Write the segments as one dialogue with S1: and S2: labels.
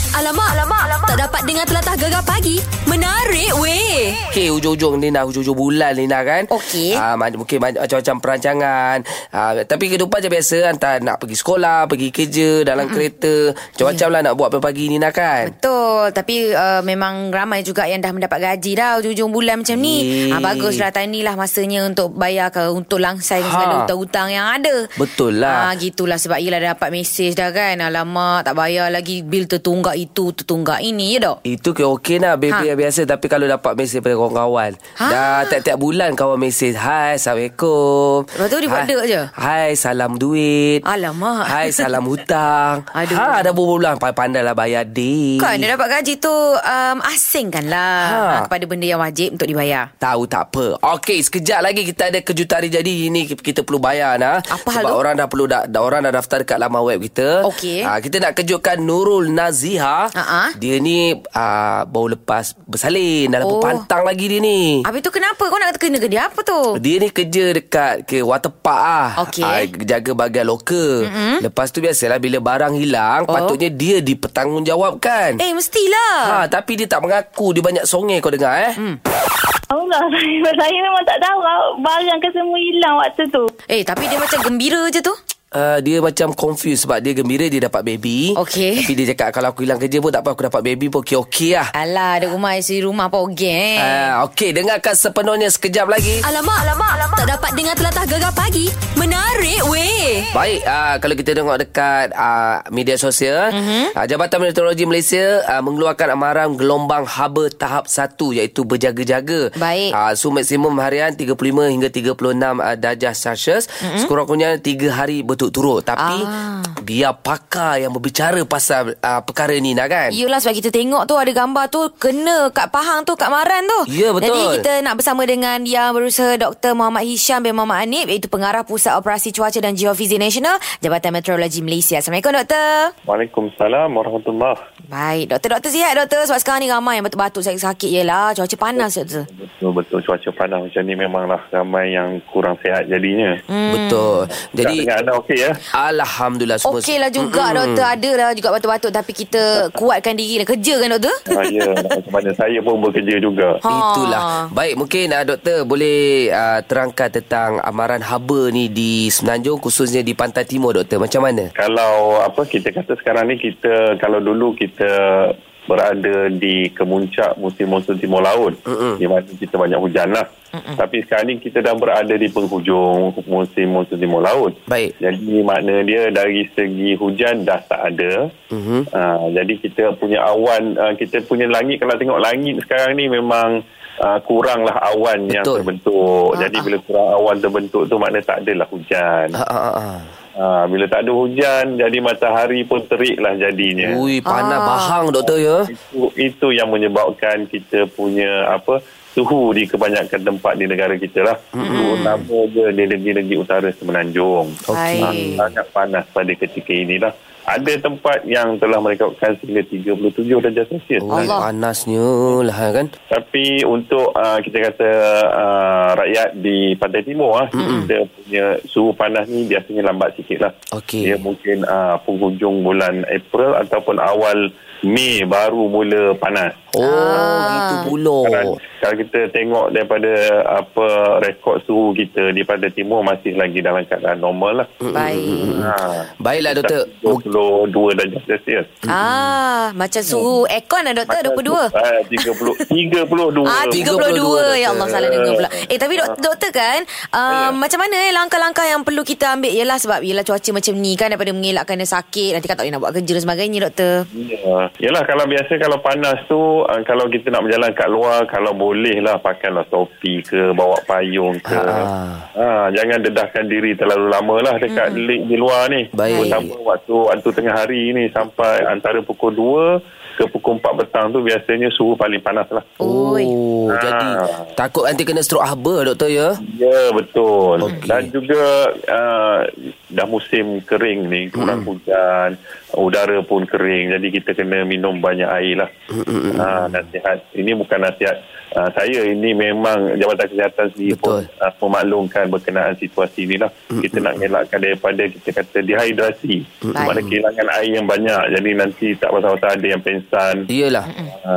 S1: Alamak, alamak, alamak. Tak dapat dengar telatah gegar pagi. Menarik weh.
S2: Okey, hujung-hujung ni nak hujung-hujung bulan ni nak kan.
S1: Okey.
S2: Ah, ma- mungkin ma- macam-macam perancangan. Ah, tapi kehidupan macam biasa hantar nak pergi sekolah, pergi kerja, dalam mm kereta. Macam-macam yeah. lah nak buat pagi ni nak kan.
S3: Betul Tapi uh, memang ramai juga Yang dah mendapat gaji dah Hujung-hujung bulan macam ni
S2: Ye.
S3: ha, Baguslah Tahun ni lah masanya Untuk bayar ke Untuk langsai ha.
S2: Ha.
S3: Segala hutang-hutang yang ada
S2: Betul lah.
S3: ha, Gitulah sebab Yelah dah dapat mesej dah kan Alamak tak bayar lagi Bil tertunggak itu Tertunggak ini ya tak
S2: Itu ke okey lah Baby
S3: Ha.
S2: ha. biasa Tapi kalau dapat mesej Daripada kawan-kawan
S3: Ha.
S2: ha. Dah tiap-tiap bulan Kawan mesej Hai Assalamualaikum
S3: Lepas tu dia buat
S2: Hai-
S3: dek je?
S2: Hai salam duit
S3: Alamak.
S2: Hai salam hutang
S3: Aduh.
S2: Ha dah berbulan Pandai-pandai lah bayar dek
S3: Kan dia dapat gaji tu um, Asingkan lah ha.
S2: Ha.
S3: ha, Kepada benda yang wajib Untuk dibayar
S2: Tahu tak apa. Okey, sekejap lagi kita ada kejutan hari jadi. Ini kita perlu bayar nah.
S3: Apa hal
S2: Sebab
S3: tu?
S2: orang dah perlu dah, dah orang dah daftar dekat laman web kita.
S3: Okey.
S2: Ah, kita nak kejutkan Nurul Naziha.
S3: Ha-ha.
S2: Dia ni ah, baru lepas bersalin, dah
S3: Oh.
S2: oh. pantang lagi dia ni.
S3: Habis tu kenapa Kau nak kata kena ke dia apa tu
S2: Dia ni kerja dekat ke waterpark ah.
S3: Okey.
S2: Ah, jaga bagai loka. Mm-hmm. Lepas tu biasalah bila barang hilang,
S3: Oh.
S2: oh. patutnya dia dipertanggungjawabkan.
S3: Eh mestilah
S2: Ha, tapi dia tak mengaku. Dia banyak songeh kau dengar eh. Hmm.
S4: Allah, saya, saya memang tak tahu awak barang ke semua hilang waktu tu.
S3: Eh tapi dia macam gembira je tu
S2: Uh, dia macam confused sebab dia gembira dia dapat baby.
S3: Okey.
S2: Tapi dia cakap kalau aku hilang kerja pun tak apa aku dapat baby pun okey-okey lah.
S3: Alah, ada rumah isi rumah apa ogeng. eh.
S2: Uh, okey, dengarkan sepenuhnya sekejap lagi.
S1: Alamak, alamak, alamak. Tak dapat dengar telatah gegar pagi. Menarik weh.
S2: Baik, uh, kalau kita tengok dekat uh, media sosial,
S3: Mhm.
S2: uh-huh. uh, Jabatan Meteorologi Malaysia uh, mengeluarkan amaran gelombang haba tahap 1 iaitu berjaga-jaga.
S3: Baik.
S2: Uh, so maksimum harian 35 hingga 36 uh, darjah Celsius, uh-huh. sekurang-kurangnya 3 hari berturut-turut. Tapi
S3: Mhm. Ah.
S2: biar pakar yang berbicara pasal uh, perkara ni nak kan.
S3: Yelah sebab kita tengok tu ada gambar tu kena kat Pahang tu kat Maran tu.
S2: Ya, betul.
S3: Jadi kita nak bersama dengan yang berusaha Dr. Muhammad Hisham bin Muhammad Anib iaitu pengarah Pusat Operasi Cuaca dan Geofizik Nasional Jabatan Meteorologi Malaysia. Assalamualaikum doktor.
S5: Waalaikumsalam warahmatullahi.
S3: Baik, doktor doktor sihat doktor sebab sekarang ni ramai yang batuk-batuk sakit-sakit yelah cuaca panas doktor.
S5: Betul betul cuaca panas macam ni memanglah ramai yang kurang sihat jadinya. Hmm.
S2: Betul.
S5: Jadi
S2: Jadi
S5: dengan anda okey ya.
S2: alhamdulillah semua.
S3: Okey lah juga mm-hmm. doktor ada lah juga batuk-batuk tapi kita kuatkan diri lah kerja kan doktor?
S5: Ha, ya, macam mana saya pun bekerja juga.
S3: Ha.
S2: Itulah. Baik, mungkin uh, doktor boleh uh, terangkan tentang amaran haba ni di Semenanjung khususnya di pantai timur doktor. Macam mana?
S5: Kalau apa kita kata sekarang ni kita kalau dulu kita berada di kemuncak musim monsun timur laut Mm-mm. di mana kita banyak hujan lah. Mm-mm. Tapi sekarang ni kita dah berada di penghujung musim monsun timur laut.
S2: Baik.
S5: Jadi makna dia dari segi hujan dah tak ada.
S2: Mhm.
S5: Mm-hmm. Uh, jadi kita punya awan, uh, kita punya langit kalau tengok langit sekarang ni memang uh, kuranglah awan Betul. yang
S2: Betul. Ah,
S5: terbentuk. Jadi bila kurang awan terbentuk tu makna tak adalah hujan.
S2: Ha ah, ah, ah.
S5: Ha, bila tak ada hujan, jadi matahari pun teriklah jadinya.
S2: Ui, panas
S3: Ah.
S2: bahang doktor ya.
S5: Itu, itu yang menyebabkan kita punya apa suhu di kebanyakan tempat di negara kita lah. Mm-hmm. Utama je di negeri-negeri utara semenanjung.
S2: Okey.
S5: Ha, sangat panas pada ketika inilah. Ada tempat yang telah merekodkan sehingga 37 darjah Celsius.
S2: Ui,
S3: Allah.
S2: panasnya lah kan.
S5: Tapi untuk uh, kita kata uh, rakyat di Pantai Timur ah mm-hmm. kita punya suhu panas ni biasanya lambat sikit lah.
S2: Okey.
S5: Dia mungkin uh, penghujung bulan April ataupun awal Mei baru mula panas.
S2: Oh,
S3: Ah.
S2: gitu pula.
S5: Kalau, kalau kita tengok daripada apa rekod suhu kita di Pantai Timur masih lagi dalam keadaan normal lah.
S3: Baik.
S5: Ha.
S2: Baiklah doktor. Mungkin
S5: 22 darjah Celsius.
S3: Ah, macam suhu aircon lah doktor 22.
S5: Ah, 30 32.
S2: Oh,
S3: Ah, 32,
S2: 32,
S3: Ya Allah salah
S5: doktor.
S3: dengar pula Eh tapi dok,
S2: Ah.
S3: doktor kan
S2: Ya.
S3: uh, Macam mana eh Langkah-langkah yang perlu kita ambil Ialah sebab Ialah cuaca macam ni kan Daripada mengelakkan dia sakit Nanti kan tak boleh nak buat kerja dan sebagainya doktor
S5: Ya. Yalah kalau biasa kalau panas tu uh, kalau kita nak berjalan kat luar kalau boleh lah pakailah topi ke bawa payung ke.
S2: Ah.
S5: Ha. jangan dedahkan diri terlalu lama lah dekat hmm. lake di luar ni.
S2: Baik.
S5: Terutama waktu waktu tengah hari ni sampai antara pukul 2 ke pukul 4 petang tu biasanya suhu paling panas lah.
S3: Oi
S2: Oh,
S5: Ah.
S2: jadi takut nanti kena stroke haba doktor ya.
S5: Ya betul
S2: Okey. Hmm.
S5: Dan juga uh, Dah musim kering ni Kurang hujan udara pun kering jadi kita kena minum banyak air lah
S2: Hmm.
S5: ha, nasihat ini bukan nasihat ha, saya ini memang Jabatan Kesihatan sendiri
S2: Betul. Hmm.
S5: pun ha, memaklumkan berkenaan situasi ni lah kita nak elakkan daripada kita kata dehidrasi mana kehilangan air yang banyak jadi nanti tak pasal-pasal ada yang pensan
S2: Iyalah.
S5: ha,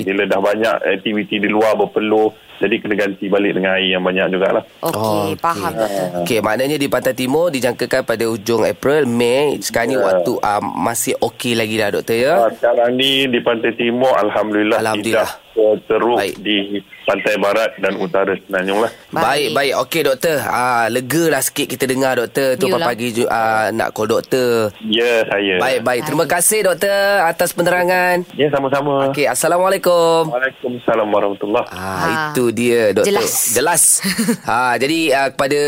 S5: bila dah banyak aktiviti di luar berpeluh jadi kena ganti balik dengan air yang banyak jugalah
S3: Okey,
S2: Oh,
S3: oh, faham. Okay.
S2: Okey, maknanya di Pantai Timur dijangkakan pada hujung April, Mei. Sekarang ni
S5: Ya.
S2: waktu uh, masih okey lagi dah doktor ya.
S5: Ah, sekarang ni di Pantai Timur Alhamdulillah,
S2: Alhamdulillah.
S5: tidak teruk
S2: Baik. Hmm.
S5: di Pantai Barat dan Utara Senanjung lah.
S2: Baik, baik. Okey doktor. Ah legalah sikit kita dengar doktor. Tu
S3: Iyalah.
S2: pagi ju- ah, nak call doktor.
S5: Ya saya.
S2: Baik, baik. Terima kasih doktor atas penerangan.
S5: Ya sama-sama.
S2: Okey, assalamualaikum.
S5: Waalaikumsalam warahmatullahi.
S2: Ah,
S3: Ah.
S2: itu dia doktor.
S3: Jelas.
S2: Jelas. ha, jadi uh, kepada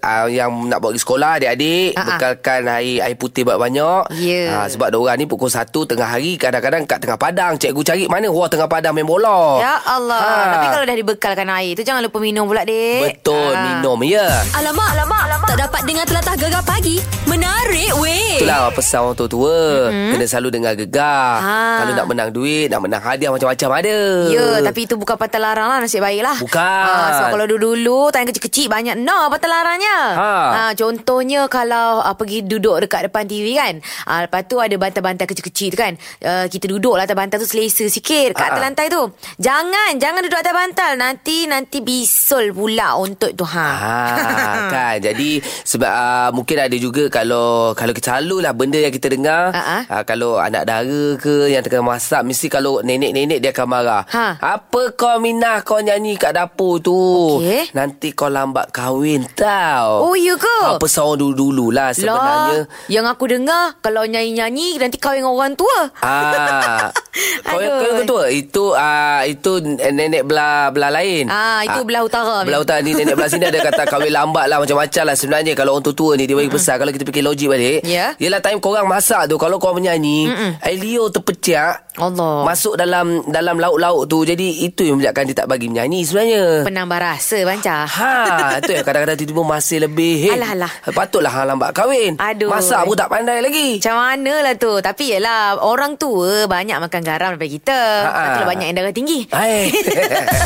S2: uh, yang nak buat pergi sekolah adik-adik
S3: Ah, ah.
S2: bekalkan air air putih banyak-banyak.
S3: Ya.
S2: Ah, sebab diorang ni pukul 1 tengah hari kadang-kadang kat tengah padang cikgu cari mana wah tengah padang main bola.
S3: Ya Allah.
S2: Ah.
S3: Tapi kalau dah dibekalkan air tu jangan lupa minum pula, Dek.
S2: betul
S3: Ah.
S2: minum ya.
S1: Alamak, alamak, alamak. Tak dapat dengar telatah gegar pagi. Menarik weh.
S2: Itulah pesan orang tua-tua mm-hmm. Kena selalu dengar gegar
S3: Ah.
S2: Kalau nak menang duit Nak menang hadiah macam-macam ada
S3: Ya, tapi itu bukan patah larang lah nasib baik lah.
S2: Bukan.
S3: Ha, sebab kalau dulu-dulu time kecil-kecil banyak no patah larangnya.
S2: Ha.
S3: contohnya kalau uh, pergi duduk dekat depan TV kan. Uh, lepas tu ada bantal-bantal kecil-kecil tu kan. Uh, kita duduk lah atas bantal tu selesa sikit kat
S2: Ha,
S3: atas
S2: ha.
S3: lantai tu. Jangan, jangan duduk atas bantal. Nanti nanti bisul pula untuk tu ha.
S2: Ah, kan jadi sebab uh, mungkin ada juga kalau kalau kita selalulah benda yang kita dengar
S3: Ah, ah.
S2: uh, kalau anak dara ke yang tengah masak mesti kalau nenek-nenek dia akan marah.
S3: Ha.
S2: Apa kau minah kau nyanyi kat dapur tu?
S3: Okey.
S2: Nanti kau lambat kahwin tau.
S3: Oh, ya ke?
S2: Apa seorang dulu-dululah sebenarnya.
S3: Lah, yang aku dengar kalau nyanyi-nyanyi nanti kahwin dengan orang tua.
S2: Ah, kau yang kau
S3: Aduh.
S2: yang ketua itu ah itu nenek belah belah lain.
S3: Ah, itu belah utara.
S2: Belah utara ni nenek belah sini ada kata kahwin lambat lah macam-macam lah sebenarnya kalau orang tua ni dia bagi besar kalau kita fikir logik balik.
S3: Ya.
S2: Yelah time korang masak tu kalau kau menyanyi air liur terpecah
S3: Allah.
S2: masuk dalam dalam lauk-lauk tu jadi itu yang menyebabkan dia tak bagi menyanyi sebenarnya.
S3: Penambah rasa banca.
S2: Ha, tu yang kadang-kadang tiba-tiba masih lebih. Hey,
S3: Alah, alah.
S2: Patutlah hang lambat kahwin.
S3: Aduh.
S2: Masak pun tak pandai lagi.
S3: Macam mana lah tu Tapi yelah Orang tua Banyak makan garam daripada kita
S2: Ha-ha.
S3: Patutlah banyak yang darah tinggi
S2: Hai.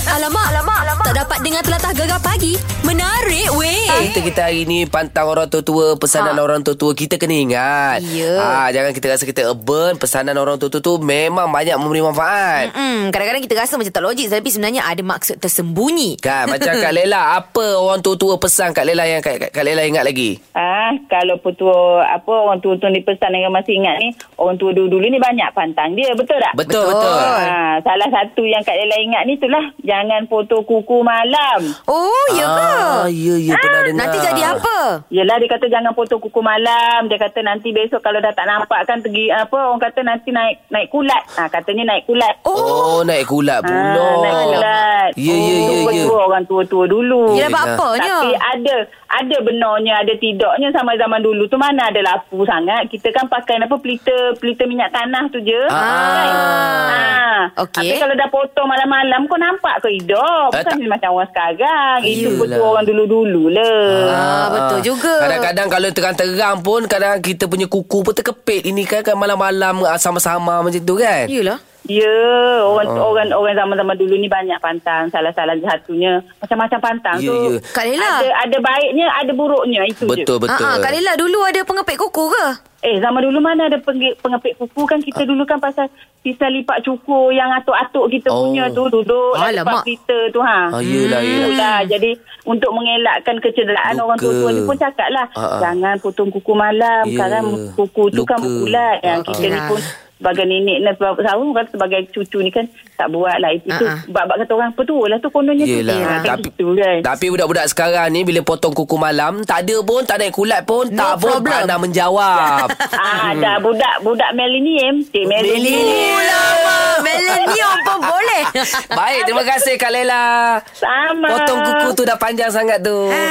S1: Alamak, alamak, alamak. Tak dapat dengar telatah gegar pagi. Menarik weh.
S2: Eh, Kita kita hari ni pantang orang tua-tua, pesanan ha.
S3: Eh? Ha.
S2: orang tua-tua kita kena ingat.
S3: Ya.
S2: Ha, jangan kita rasa kita urban, pesanan orang tua-tua tu memang banyak memberi manfaat.
S3: Hmm, kadang-kadang kita rasa macam tak logik Tapi sebenarnya ada maksud tersembunyi
S2: Kan macam Kak Lela Apa orang tua-tua pesan Kak Lela Yang Kak, Kak- Kak Lela ingat lagi
S4: Ah, kalau petua apa orang tua-tua ni pesan yang masih ingat ni, orang tua dulu-dulu ni banyak pantang dia, betul tak?
S2: Betul Betul, betul.
S4: Ah, salah satu yang Kak Lela ingat ni itulah jangan foto kuku malam.
S3: Oh, ya ke?
S2: ah, Ya ya pernah dengar
S3: Nanti jadi apa?
S4: Yelah dia kata jangan foto kuku malam. Dia kata nanti besok kalau dah tak nampak kan pergi apa orang kata nanti naik naik kulat. Ah katanya naik kulat.
S2: Oh, naik kulat pula
S4: Ah, naik kulat.
S2: Ya ya
S4: Oh,
S2: ya ya
S4: Tua orang tua-tua dulu.
S3: Yelah, buat
S2: yelah.
S3: apanya?
S4: Tapi ada ada benarnya, ada tidaknya sama zaman dulu tu mana ada lapu sangat. Kita kan pakai apa pelita pelita minyak tanah tu je.
S2: Ah.
S4: Ah.
S3: Okey.
S4: Tapi kalau dah potong malam-malam kau nampak ke hidup.
S2: Eh,
S4: Bukan
S2: tak.
S4: macam orang sekarang.
S2: Yelah.
S4: Itu betul orang dulu-dulu lah.
S3: Ah, betul juga.
S2: Kadang-kadang kalau terang-terang pun Kadang-kadang kita punya kuku pun terkepit Ini kan, kan malam-malam ah, sama-sama macam tu kan
S3: Yelah
S4: Ya, orang orang orang zaman-zaman dulu ni banyak pantang. Salah-salah satunya macam-macam pantang
S2: Ya,
S4: tu.
S2: ya.
S3: Kak Lela.
S4: Ada ada baiknya, ada buruknya itu je.
S2: Betul betul
S3: Ah, ah, Kak Lila dulu ada pengepit kuku ke?
S4: Eh, zaman dulu mana ada pengge- pengepit kuku kan kita
S2: Ah.
S4: dulu kan pasal pisau lipat cukur yang atuk-atuk kita
S2: Oh.
S4: punya tu duduk dalam
S3: Alamak.
S4: tempat kita tu ha.
S2: Ah, yelah, yelah.
S4: Itulah. Jadi untuk mengelakkan kecederaan
S2: Luka.
S4: orang tua-tua ni pun cakap lah
S2: Ah, ah.
S4: jangan potong kuku malam
S2: Ya.
S4: sekarang kuku tu kan
S2: Luka.
S4: berkulat. Ya,
S2: Ah,
S4: kita ni
S3: ah.
S4: pun sebagai nenek dan sebagai sahur kan sebagai cucu ni kan tak buat lah
S3: Ah,
S4: itu
S3: ah.
S4: uh-huh. bab-bab kata orang petua lah tu kononnya tu
S2: Yelah.
S4: Ah,
S2: Tapi,
S4: gitu kan
S2: tapi budak-budak sekarang ni bila potong kuku malam, tak ada pun, tak naik kulat pun,
S3: No
S2: tak pun
S3: problem.
S2: pernah menjawab.
S4: ah dah
S2: Hmm.
S4: budak budak millennium cik
S2: Millennium.
S4: millennium
S3: Lama Millennium pun boleh
S2: Baik, terima kasih Kak Lela.
S4: sama
S2: Potong kuku tu dah panjang sangat tu.
S3: Ha,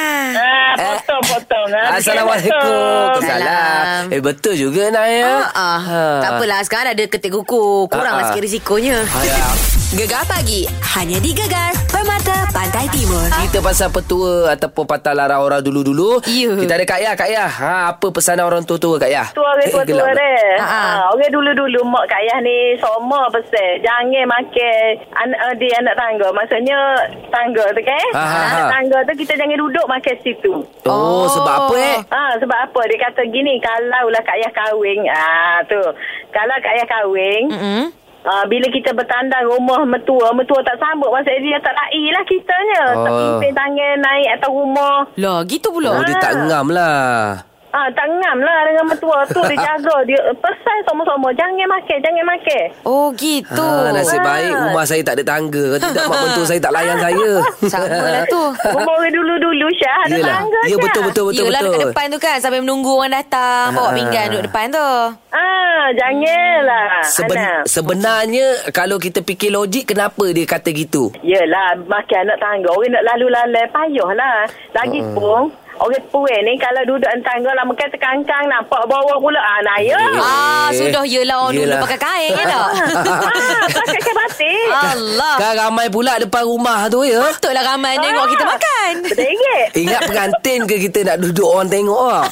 S4: Ah, potong, potong. Ah,
S2: Assalamualaikum.
S4: potong.
S2: Salam.
S3: Salam.
S2: Eh betul juga Naya. Ha.
S3: Ah, ah. Tak apalah sekarang ada ketik kuku Kuranglah
S2: Ah, ah.
S3: sikit risikonya
S2: Ayah.
S1: Gegar pagi. Hanya di Gegar. Permata Pantai. Pantai Timur.
S2: Kita pasal petua ataupun patah lara orang dulu-dulu.
S3: Ya.
S2: Kita ada Kak Yah. Kak Yah, ha, apa pesanan orang tua-tua Kak Yah? Eh,
S4: Tua orang tua tua
S2: gelap. Ah,
S4: dia.
S3: Ha, ha.
S4: Ha, orang dulu-dulu mak Kak Yah ni semua pesan. Jangan makan anak uh, di anak tangga. Maksudnya tangga tu kan?
S2: Ha, ha,
S4: Anak
S2: ha.
S4: tangga tu kita jangan duduk makan situ.
S2: Oh, sebab apa eh?
S4: Ha, sebab apa? Dia kata gini, kalaulah Kak Yah kahwin. Ah, tu. Kalau Kak Yah kahwin,
S3: Mm-mm.
S4: Uh, bila kita bertandang rumah mertua, mertua tak sambut. Maksudnya dia tak laik lah kitanya.
S2: Oh.
S4: Tak pimpin tangan naik atas rumah.
S3: Lah, gitu pula.
S2: Oh, dia tak ngam lah.
S4: Ah, tak ngam lah dengan mertua tu. Dia jaga. Dia eh, pesan sama-sama. Jangan makan, jangan makan.
S3: Oh, gitu.
S2: Ha, nasib
S4: Ah.
S2: baik rumah saya tak ada tangga. Kalau Tidak mak mentua saya tak layan saya.
S3: Sama lah tu.
S4: Rumah orang dulu-dulu Syah. Ada
S2: Oh. Yelah.
S4: tangga
S2: Ya,
S4: Syah.
S2: betul, betul, betul.
S3: Yelah
S2: betul.
S3: dekat depan tu kan Sampai menunggu orang datang Bawa
S2: Ha.
S3: pinggan duduk depan tu
S2: Eh,
S4: Ah, janganlah.
S2: Seben,
S4: anak.
S2: sebenarnya kalau kita fikir logik kenapa dia kata gitu?
S4: Yelah, makan anak tangga. Orang nak lalu-lalai payahlah. Lagi
S2: Ah.
S4: pun, orang puan ni kalau duduk anak tangga lah makan terkangkang nampak bawah pula. Ah, naya.
S2: Eh.
S3: Ah sudah yelah orang dulu
S2: Yelah.
S3: pakai kain kan tak
S4: ah, pakai kain batik.
S3: Allah
S2: Kan ramai pula depan rumah tu ya.
S3: Patutlah ramai tengok kita makan
S4: Berderet.
S2: Ingat pengantin ke kita nak duduk orang tengok ah.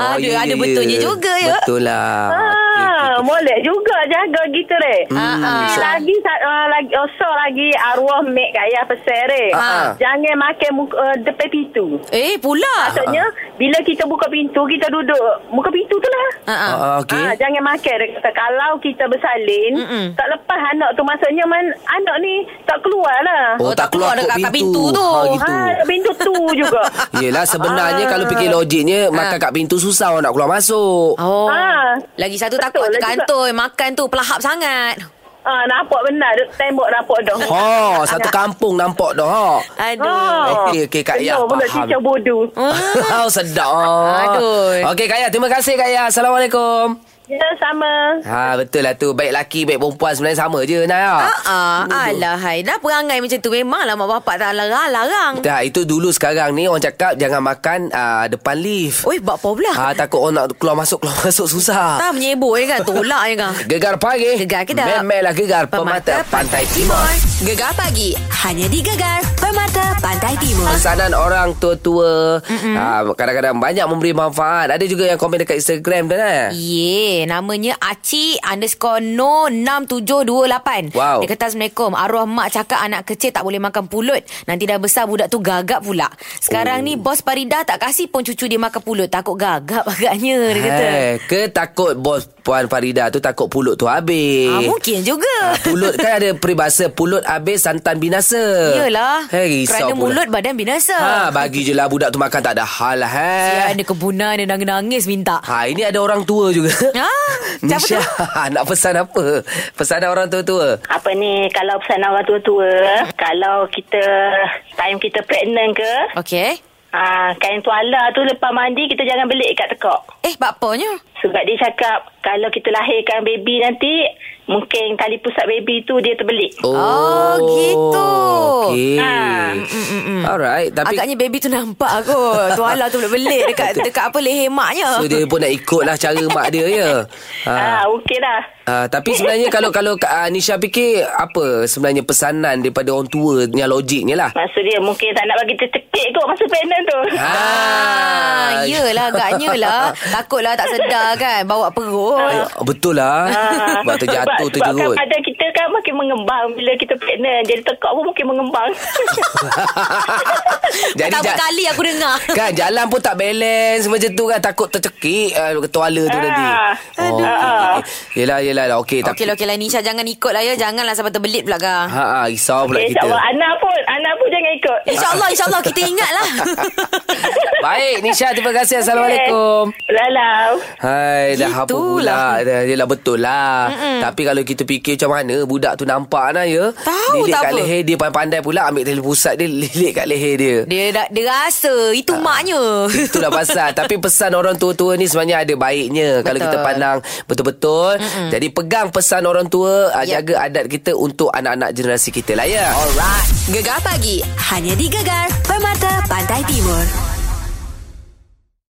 S2: Oh, ya,
S3: Ada- ada betulnya juga, ya.
S2: Betul lah. Okey, okey,
S4: Ah,
S2: okey.
S4: boleh juga jaga gitu re.
S3: Hmm. Ah, ah.
S4: Lagi sa- uh, lagi oso lagi arwah mek kaya pesan re.
S2: Ah, ah.
S4: Jangan makan muka, uh, depan pintu.
S3: Eh pula
S4: Maksudnya
S2: ah.
S4: bila kita buka pintu kita duduk muka pintu tu lah.
S3: Ah, ah.
S2: Ah, ah, okey.
S4: Ah, jangan makan dia kata kalau kita bersalin
S3: Mm-mm.
S4: tak lepas anak tu maksudnya man, anak ni tak keluar lah.
S2: Oh, tak keluar
S3: dekat-
S2: kot
S3: kat
S2: pintu.
S3: pintu tu. Ah,
S2: Ha, gitu.
S4: Ha, pintu tu juga.
S2: Yelah sebenarnya kalau fikir logiknya makan kat pintu susah orang nak keluar masuk.
S3: Ah. Oh
S4: Ah.
S3: Lagi satu takut
S4: Betul lah
S3: terkantoi Makan tu pelahap sangat
S4: Ah, nampak benar dia tembok nampak dah.
S2: Ha, satu kampung nampak dah. Ha.
S3: Aduh
S2: Okey, okey, Kak Yah,
S4: Ah. Benar,
S2: faham.
S4: cicak bodoh.
S2: Oh, sedap.
S3: Ah.
S2: ha.
S3: Aduh.
S2: Okey, Kak Yah. Terima kasih, Kak Yah. Assalamualaikum.
S4: Ya, sama.
S2: Ha, betul lah tu. Baik laki, baik perempuan sebenarnya sama je, ha.
S3: Ah,
S2: Naya.
S3: ah, alah hai Dah perangai macam tu Memanglah mak bapak tak larang-larang
S2: Dah, itu dulu sekarang ni orang cakap jangan makan uh, depan lift.
S3: Oi bak pula
S2: Ha, takut orang nak keluar masuk, keluar masuk susah.
S3: Ah. Tak menyebut je kan Tolak je kan
S2: Gegar pagi.
S3: Gegar Kedah.
S2: Memelah gegar pemata, pantai timur.
S1: Gegar pagi. Hanya di Gegar. Permata Pantai Timur.
S2: Pesanan orang tua-tua ha, Kadang-kadang banyak memberi manfaat Ada juga yang komen dekat Instagram dan eh?
S3: Ye, namanya Aci underscore no 6728.
S2: Wow.
S3: Dia kata, Assalamualaikum. Arwah mak cakap anak kecil tak boleh makan pulut. Nanti dah besar budak tu gagap pula. Sekarang oh. ni bos Parida tak kasih pun cucu dia makan pulut. Takut gagap agaknya, dia kata.
S2: Hai, Eh, Ke takut bos Puan Farida tu Takut pulut tu habis
S3: Ah, mungkin juga.
S2: Ah, pulut kan ada peribahasa pulut habis santan binasa.
S3: Yelah.
S2: Hey, risau pula.
S3: Kerana mulut badan binasa.
S2: Ha, bagi je lah budak tu makan tak ada hal lah.
S3: Ya,
S2: Hey.
S3: ada kebunan, dia nangis-nangis minta.
S2: Ha, ini ada orang tua juga.
S3: Ah, siapa tu?
S2: nak pesan apa? Pesan orang tua-tua.
S4: apa ni kalau pesan orang tua-tua kalau kita time kita pregnant ke
S3: Okey.
S4: ah kain tuala tu lepas mandi kita jangan belik kat tekak
S3: Eh, bakpanya?
S4: sebab dia cakap kalau kita lahirkan baby nanti mungkin tali pusat baby tu dia terbelik
S2: Oh,
S3: gitu. mm,
S2: Okey.
S4: Ah,
S2: Alright, tapi
S3: Agaknya baby tu nampak kot. Tuala tu belik-belik dekat, dekat apa leher maknya.
S2: so dia pun nak ikut lah cara mak dia ya. Ha.
S4: ah okey dah
S2: Uh, tapi sebenarnya kalau kalau uh, Nisha fikir apa sebenarnya pesanan daripada orang tua yang logiknya lah. Ha.
S4: maksud dia mungkin tak nak bagi tercekik kot masa pregnant tu
S3: Ah, yelah agaknya lah. Takutlah tak sedar kan. Bawa perut.
S2: Eh, Betul lah.
S4: Ah,
S2: Sebab terjatuh
S4: sebab, sebab kan
S2: terjerut.
S4: badan kita kan makin mengembang bila kita pregnant jadi tekak pun makin mengembang
S2: Jadi
S3: Pertama
S2: ja-
S3: kali aku dengar.
S2: Kan jalan pun tak balance macam tu kan takut tercekik uh, tuala tu
S4: Ah.
S2: nanti. Oh.
S4: Aduh.
S2: okey, okey. Yelah yelah lah okey
S3: Ah. Okey lah, okey lah. Nisha jangan ikut lah ya. Janganlah sampai terbelit pula kan.
S2: Ha ah risau pula
S4: Eh,
S2: kita.
S4: InsyaAllah anak pun anak pun jangan ikut
S3: InsyaAllah, insyaAllah. Kita ingat lah.
S2: Baik Nisha terima kasih Assalamualaikum.
S4: Lalau
S2: Hai dah apa pula
S3: Gitulah.
S2: Dah, Yelah betul lah Mm-mm. Tapi kalau kita fikir macam mana Budak tu nampak nah ya
S3: Tahu
S2: Lilit
S3: tak
S2: kat
S3: apa.
S2: leher dia Pandai-pandai pula Ambil tali pusat dia Lilit kat leher dia
S3: Dia, dah, dia rasa. Itu maknya.
S2: Itulah pasal Tapi pesan orang tua-tua ni Sebenarnya ada baiknya Betul. Kalau kita pandang Betul-betul Mm-mm. Jadi pegang pesan orang tua yep.
S3: Yep.
S2: Jaga adat kita Untuk anak-anak generasi kita lah ya
S3: Alright.
S1: Gegar pagi. Hanya di Gegar. Permata Pantai Timur.